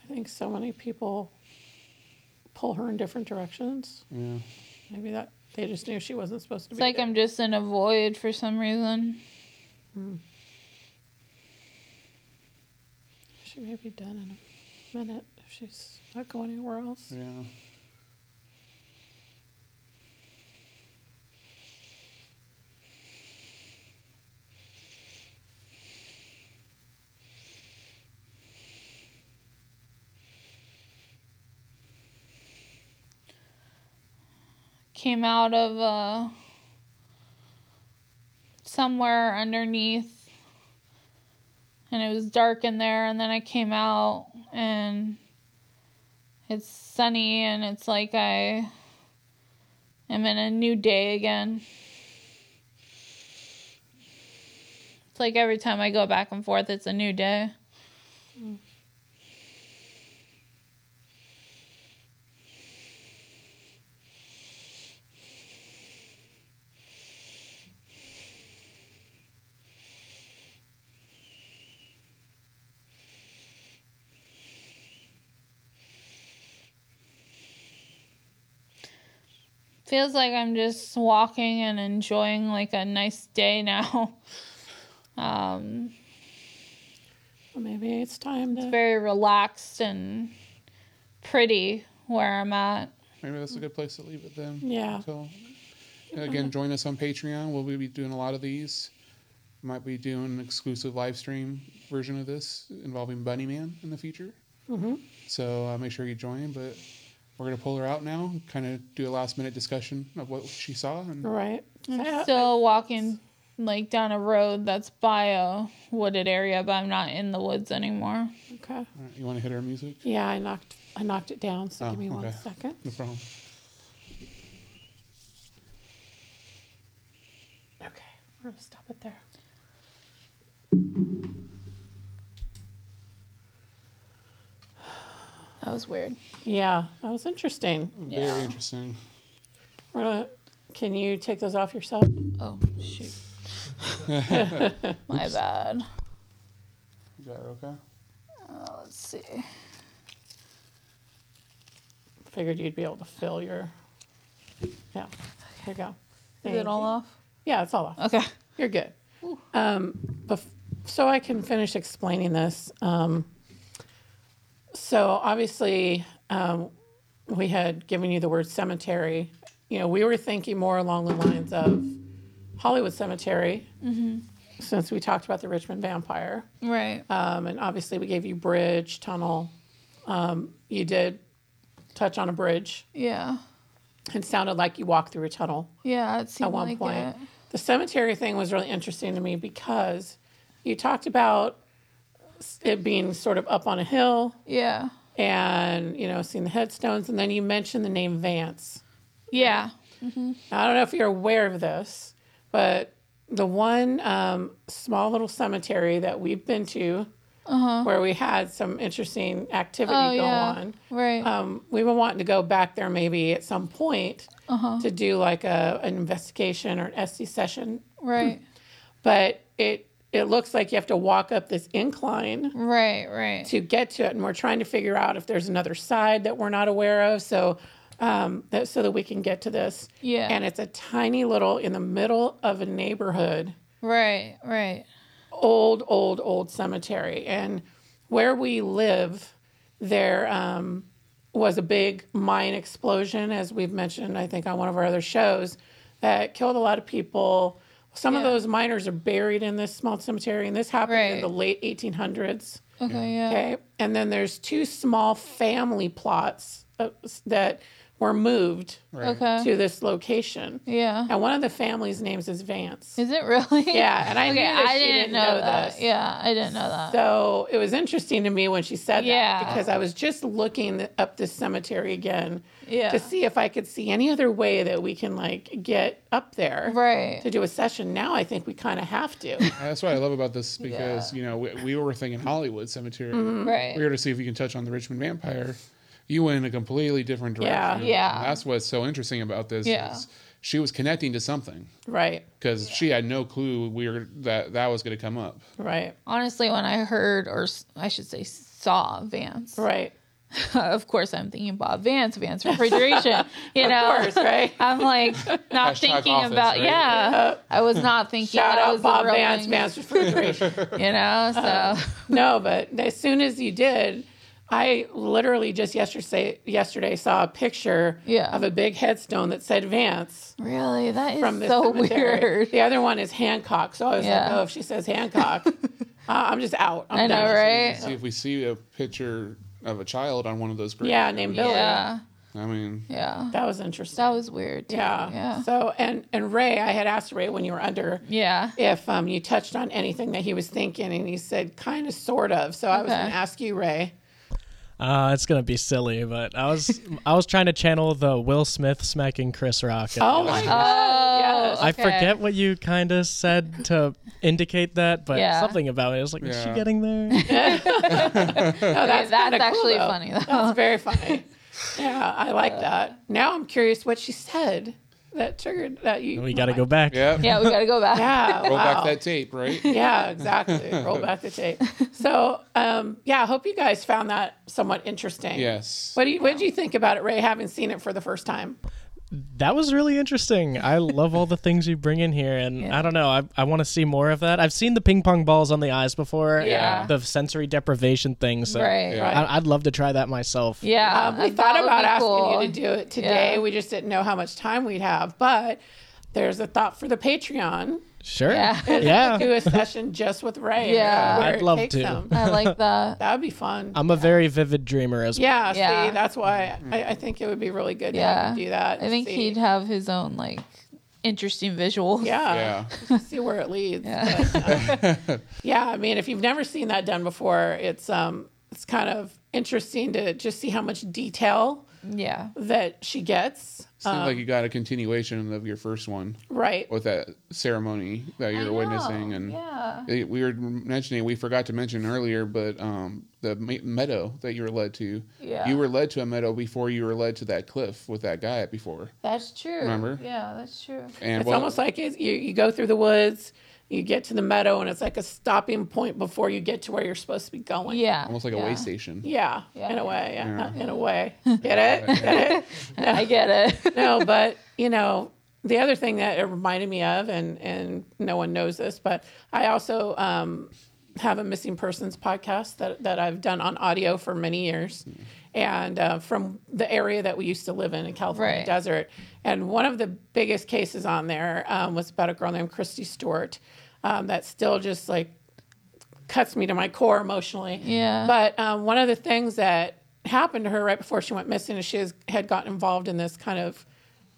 S1: I think so many people pull her in different directions.
S3: yeah.
S1: Maybe that they just knew she wasn't supposed to
S2: It's
S1: be.
S2: like
S1: there.
S2: I'm just in a void for some reason.
S1: She may be done in a minute if she's not going anywhere else.
S3: Yeah.
S2: Came out of uh, somewhere underneath, and it was dark in there. And then I came out, and it's sunny, and it's like I am in a new day again. It's like every time I go back and forth, it's a new day. feels like I'm just walking and enjoying like a nice day [laughs] now. Um,
S1: Well, maybe it's time
S2: it's
S1: to.
S2: very relaxed and pretty where I'm at.
S3: Maybe that's a good place to leave it then.
S1: Yeah.
S3: So, again, join us on Patreon. We'll be doing a lot of these. Might be doing an exclusive live stream version of this involving Bunny Man in the future. Mm-hmm. So uh, make sure you join. But we're gonna pull her out now. Kind of do a last minute discussion of what she saw. And uh,
S1: Right.
S2: I'm
S1: Yeah,
S2: still walking like down a road that's by a wooded area, but I'm not in the woods anymore.
S1: okay.
S3: All right, you want to hit her music?
S1: Yeah, I knocked I knocked it down. So
S3: Oh,
S1: give me one
S3: okay.
S1: second.
S3: No problem.
S1: Okay, we're gonna stop it there.
S2: That was weird.
S1: Yeah, that was interesting.
S3: Very
S2: Yeah.
S3: interesting.
S1: We're gonna- Can you take those off yourself?
S2: Oh
S1: [laughs]
S2: shoot. My bad.
S3: You got it okay?
S2: Uh, let's see.
S1: Figured you'd be able to fill your. Yeah, here you go.
S2: Is
S1: Thank
S2: it all
S1: you.
S2: off?
S1: Yeah, it's all off.
S2: Okay.
S1: You're good. Um, bef- so I can finish explaining this. Um, so obviously, um, we had given you the word cemetery. You know, we were thinking more along the lines of Hollywood Cemetery, since we talked about the Richmond Vampire.
S2: Right.
S1: Um, and obviously, we gave you bridge, tunnel. Um, you did touch on a bridge.
S2: Yeah.
S1: It sounded like you walked through a tunnel
S2: Yeah. It seemed
S1: at one
S2: like
S1: point.
S2: it.
S1: The cemetery thing was really interesting to me because you talked about s- it being sort of up on a hill
S2: Yeah.
S1: and you know seeing the headstones, and then you mentioned the name Vance.
S2: Yeah.
S1: Now, I don't know if you're aware of this, but the one um, small little cemetery that we've been to, where we had some interesting activity
S2: Uh-huh. Oh
S1: go
S2: yeah.
S1: on,
S2: Right.
S1: um, we were wanting to go back there maybe at some point
S2: Uh-huh.
S1: to do like a an investigation or an SC session
S2: right.
S1: but it it looks like you have to walk up this incline
S2: Right. Right.
S1: to get to it and we're trying to figure out if there's another side that we're not aware of so um, that, so that we can get to this
S2: Yeah.
S1: and it's a tiny little in the middle of a neighborhood
S2: Right. Right.
S1: old old old cemetery and where we live there um, was a big mine explosion as we've mentioned i think on one of our other shows that killed a lot of people some of
S2: Yeah.
S1: those miners are buried in this small cemetery and this happened in
S2: Right. Oh.
S1: the late 1800s
S2: Okay. Yeah.
S1: okay and then there's two small family plots uh, that were moved
S3: Right.
S2: Okay.
S1: to this location
S2: Yeah.
S1: and one of the family's names is vance
S2: Is it really?
S1: yeah and i knew
S2: Okay,
S1: that
S2: I
S1: she
S2: didn't, know, that.
S1: this
S2: Yeah, I didn't know that.
S1: so it was interesting to me when she said
S2: Yeah.
S1: that because I was just looking up this cemetery again
S2: yeah.
S1: to see if I could see any other way that we can like get up there
S2: right.
S1: to do a session. Now I think we kind of have
S2: [laughs]
S1: to.
S3: That's what I love about this because, you know, we, we were thinking Hollywood Cemetery.
S2: Right.
S3: We're here to see if you can touch on the Richmond Vampire. You went in a completely different direction.
S1: Yeah.
S2: Yeah.
S3: And that's what's so interesting about this.
S2: Yeah.
S3: Is she was connecting to something
S1: right,
S3: because she had no clue we were that that was going to come up.
S1: right,
S2: Honestly, when I heard, or s- I should say, saw Vance,
S1: right.
S2: [laughs] of course I'm thinking Bob Vance, Vance
S1: [laughs]
S2: Refrigeration. You know,
S1: Of course,
S2: [laughs]
S1: right? [laughs]
S2: I'm like not
S3: Hashtag
S2: thinking
S3: office,
S2: about.
S3: right?
S2: Yeah, I was not thinking.
S1: Shout
S2: that
S1: out
S2: was the
S1: Bob
S2: real
S1: Vance, Uh,
S2: thing,
S1: Vance
S2: [laughs]
S1: Refrigeration.
S2: You know, so
S1: no, but as soon as you did, I literally just yesterday yesterday saw a picture
S2: Yeah.
S1: of a big headstone that said Vance.
S2: really, that is
S1: from this
S2: so
S1: cemetery.
S2: weird. [laughs]
S1: The other one is Hancock. So I was like,
S2: Yeah.
S1: oh, if she says
S2: [laughs]
S1: Hancock, uh, I'm just out. I'm
S2: I know,
S1: done.
S2: right?
S3: See if we see a picture of a child on one of those graves.
S1: Yeah, named Billy.
S2: Yeah,
S3: I mean,
S2: yeah,
S1: That was interesting.
S2: that was weird. Too.
S1: yeah.
S2: yeah,
S1: So and and Ray, I had asked Ray when you were under
S2: yeah.
S1: if um, you touched on anything that he was thinking, and he said kind of, sort of. So I was
S2: Okay.
S1: going to ask you, Ray.
S4: Uh, it's gonna be silly, but I was I was trying to channel the Will Smith smacking Chris Rock. at the
S1: Oh
S4: end.
S1: my
S2: Oh,
S1: God! Yes.
S4: I
S2: okay.
S4: forget what you kind of said to indicate that, but
S2: Yeah.
S4: something about it. I was like, is she
S3: Yeah.
S4: getting there?
S1: No, that's,
S2: That's, that's
S1: kinda cool,
S2: actually
S1: though.
S2: funny though. [laughs]
S1: That's very funny. yeah, I like that. Now I'm curious what she said that triggered that you.
S4: we got to go back.
S3: yeah.
S2: Yeah, we gotta go back.
S1: Yeah.
S3: Roll
S1: wow.
S3: back that tape,
S2: [laughs]
S3: right?
S1: yeah, exactly. Roll back the tape. So, um, yeah, I hope you guys found that somewhat interesting.
S3: Yes.
S1: What do you, what did you think about it, Ray? Having seen it for the first time.
S4: That was really interesting. I love all the things you bring in here, and I don't know. I, I want to see more of that. I've seen the ping pong balls on the eyes before, and
S2: Yeah.
S4: the sensory deprivation thing. So
S2: Right.
S3: Yeah.
S4: I, I'd love to try that myself.
S2: Yeah.
S1: Um, we
S2: that
S1: thought
S2: would
S1: about
S2: be
S1: asking
S2: cool.
S1: you to do it today.
S2: Yeah.
S1: We just didn't know how much time we'd have, but there's a thought for the Patreon
S4: Sure.
S2: Yeah. [laughs]
S4: yeah.
S1: do a session just with Ray.
S2: Yeah.
S1: where
S4: I'd
S1: it
S4: love
S1: takes
S4: to.
S1: him.
S2: I
S1: [laughs]
S2: like that.
S1: That would be fun.
S4: I'm a very vivid dreamer as well.
S1: yeah,
S2: Yeah.
S1: see, that's why
S4: Mm-hmm.
S1: I, I think it would be really good to have him
S2: Yeah.
S1: do that.
S2: I think
S1: see,
S2: he'd have his own like interesting visuals.
S1: Yeah. [laughs]
S3: Yeah.
S1: See where it leads. um,
S2: Yeah.
S3: [laughs]
S1: Yeah, I mean, if you've never seen that done before, it's um, it's kind of interesting to just see how much detail
S2: [laughs] Yeah.
S1: that she gets.
S3: It's not like you got a continuation of your first one
S1: Right.
S3: with that ceremony that
S2: I
S3: you're
S2: know.
S3: witnessing, and
S2: yeah.
S3: it- Eh, we were mentioning we forgot to mention earlier, but um, the me- meadow that you were led to,
S2: Yeah.
S3: you were led to a meadow before you were led to that cliff with that guy before,
S2: That's true.
S3: Remember?
S2: Yeah, that's true.
S3: and
S1: It's
S3: well,
S1: almost like it's, you, you go through the woods, you get to the meadow, and it's like a stopping point before you get to where you're supposed to be going.
S2: Yeah.
S3: almost like a
S2: yeah. [laughs]
S3: way station.
S1: Yeah,
S2: Yeah.
S1: in a way. Yeah,
S3: Yeah.
S1: in a way. Get it? Get it?
S2: I get
S1: [laughs]
S2: it.
S1: no, but you know, the other thing that it reminded me of, and and no one knows this, but I also um, have a missing persons podcast that that I've done on audio for many years, and uh, from the area that we used to live in in California
S2: Right.
S1: desert, and one of the biggest cases on there um, was about a girl named Christy Stewart um, that still just like cuts me to my core emotionally.
S2: Yeah.
S1: But um, one of the things that happened to her right before she went missing is she has, had gotten involved in this kind of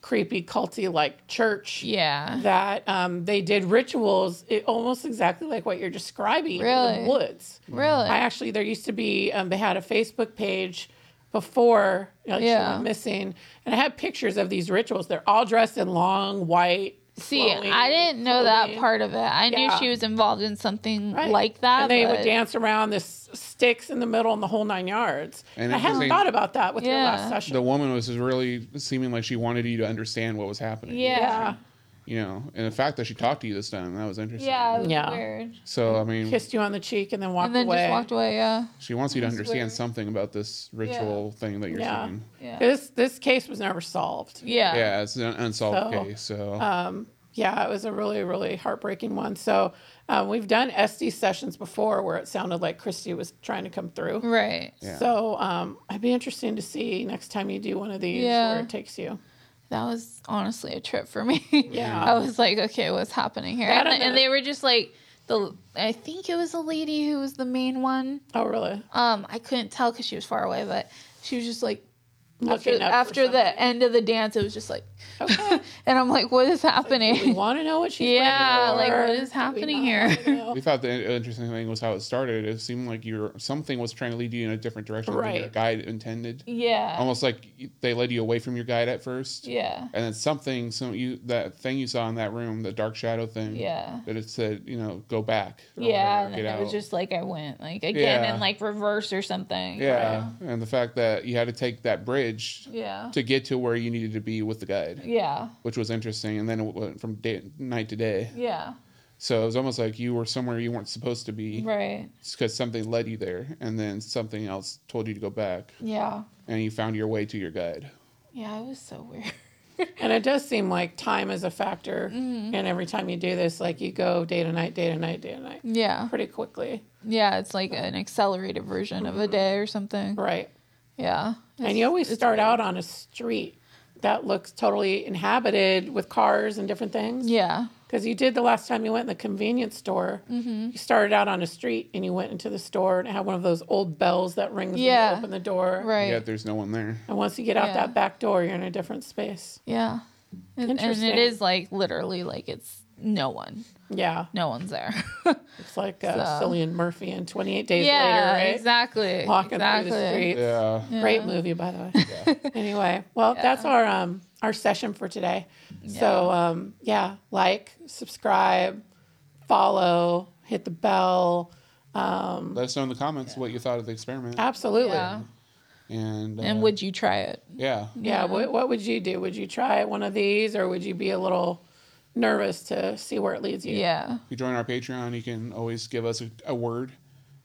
S1: creepy, culty like church
S2: yeah.
S1: that um, they did rituals it, almost exactly like what you're describing in
S2: Really?
S1: the woods.
S2: Really?
S1: I actually, there used to be, um, they had a Facebook page before like, she
S2: Yeah.
S1: went missing, and I had pictures of these rituals. They're all dressed in long white.
S2: See,
S1: flowing
S2: I didn't know that
S1: clothing.
S2: part of it. I knew
S1: Yeah.
S2: she was involved in something
S1: Right.
S2: like that.
S1: And they would
S2: but-
S1: dance around this sticks in the middle and the whole nine yards.
S3: And
S1: And I hadn't
S3: interesting-
S1: thought about that with your
S2: Yeah.
S1: last session.
S3: The woman was just really seeming like she wanted you to understand what was happening.
S2: Yeah.
S1: yeah.
S3: you know, and the fact that she talked to you this time that was interesting.
S2: Yeah. it was
S1: Yeah.
S2: Weird.
S3: So I mean,
S1: Kissed you on the cheek and then walked
S2: And then
S1: away.
S2: just walked away. Yeah.
S3: she wants you to understand
S2: weird.
S3: something about this ritual thing that you're
S1: Yeah.
S3: seeing.
S2: Mm-hmm. Yeah.
S1: This this case was never solved.
S2: Yeah.
S3: Yeah, it's an unsolved
S1: So, uh,
S3: case. So
S1: Yeah, it was a really really heartbreaking one. So um, we've done SD sessions before where it sounded like Christy was trying to come through.
S2: Right.
S3: Yeah.
S1: So um, I'd be interesting to see next time you do one of these
S2: Yeah.
S1: where it takes you.
S2: That was honestly a trip for me.
S1: Yeah.
S2: [laughs] I was like, okay, what's happening here?
S1: That
S2: And,
S1: and
S2: and
S1: the-
S2: they were just like the. I think it was a lady who was the main one.
S1: Oh really?
S2: Um, I couldn't tell because she was far away, but she was just like after,
S1: Looking up for
S2: after the
S1: something.
S2: end of the dance, it was just like, [laughs] and I'm like, what is happening? [laughs]
S1: We want to know what she's
S2: Yeah,
S1: looking
S2: like,
S1: for.
S2: what is
S1: Do we
S2: happening
S1: not
S2: here? [laughs]
S1: wanna know?
S3: we thought the in- interesting thing was how it started. It seemed like you were something was trying to lead you in a different direction than your
S1: Right.
S3: guide intended.
S2: yeah.
S3: Almost like you- they led you away from your guide at first. [laughs]
S2: yeah.
S3: And then something, some you that thing you saw in that room, the dark shadow thing.
S2: Yeah.
S3: That it said, you know, go back. or
S2: Yeah.
S3: whatever,
S2: And
S3: get
S2: then it was
S3: out.
S2: just like I went like again
S3: Yeah.
S2: in like reverse or something.
S3: yeah. And the fact that you had to take that bridge
S2: Yeah.
S3: to get to where you needed to be with the guide.
S2: Yeah.
S3: which was interesting. And then it went from day, night to day.
S2: Yeah.
S3: So it was almost like you were somewhere you weren't supposed to be
S2: Right.
S3: because something led you there, and then something else told you to go back,
S2: Yeah.
S3: and you found your way to your guide.
S2: Yeah. It was so weird.
S1: And it does seem like time is a factor.
S2: Mm-hmm.
S1: And every time you do this, like you go day to night, day to night, day to night
S2: Yeah.
S1: pretty quickly.
S2: Yeah. It's like an accelerated version of a day or something.
S1: Right.
S2: Yeah.
S1: and you always start out on a street that looks totally inhabited with cars and different things.
S2: Yeah.
S1: Because you did the last time you went in the convenience store,
S2: Mm-hmm.
S1: you started out on a street and you went into the store and it had one of those old bells that rings when
S2: Yeah.
S1: you open the door.
S2: Right.
S3: Yet there's no one there.
S1: And once you get out
S2: Yeah.
S1: that back door, you're in a different space.
S2: Yeah. And- And
S1: Interesting.
S2: it is like literally like it's no one.
S1: Yeah.
S2: No one's there. [laughs]
S1: It's like uh,
S2: So-
S1: Cillian Murphy in 28 Days
S2: yeah.
S1: Later, right?
S2: Exactly.
S1: Walking
S2: exactly.
S1: through the streets.
S3: Yeah.
S1: Great movie, by the way. [laughs] anyway, well, that's our um our session for today. So um yeah, like, subscribe, follow, hit the bell.
S3: Let us know in the comments what you thought of the experiment.
S1: Absolutely.
S2: Yeah.
S1: Yeah.
S3: And, uh,
S2: And would you try it?
S3: yeah.
S1: What, what would you do? Would you try one of these, or would you be a little nervous to see where it leads you?
S2: Yeah.
S3: If you join our Patreon, you can always give us a, a word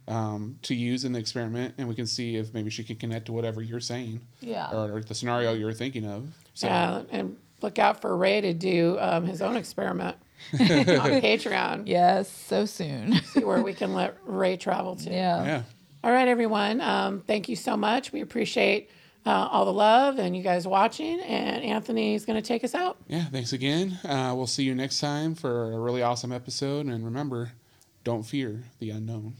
S3: um, to use in the experiment, and we can see if maybe she can connect to whatever you're saying
S2: Yeah.
S3: or, or the scenario you're thinking of. So,
S1: Yeah, Uh, and look out for Ray to do um, his own experiment on Patreon.
S2: Yes. So soon. [laughs]
S1: See where we can let Ray travel to.
S2: yeah.
S3: yeah.
S1: All right, everyone. Um, thank you so much. We appreciate uh, all the love and you guys watching. And Anthony is going to take us out.
S3: Yeah, thanks again. Uh, we'll see you next time for a really awesome episode. And remember, don't fear the unknown.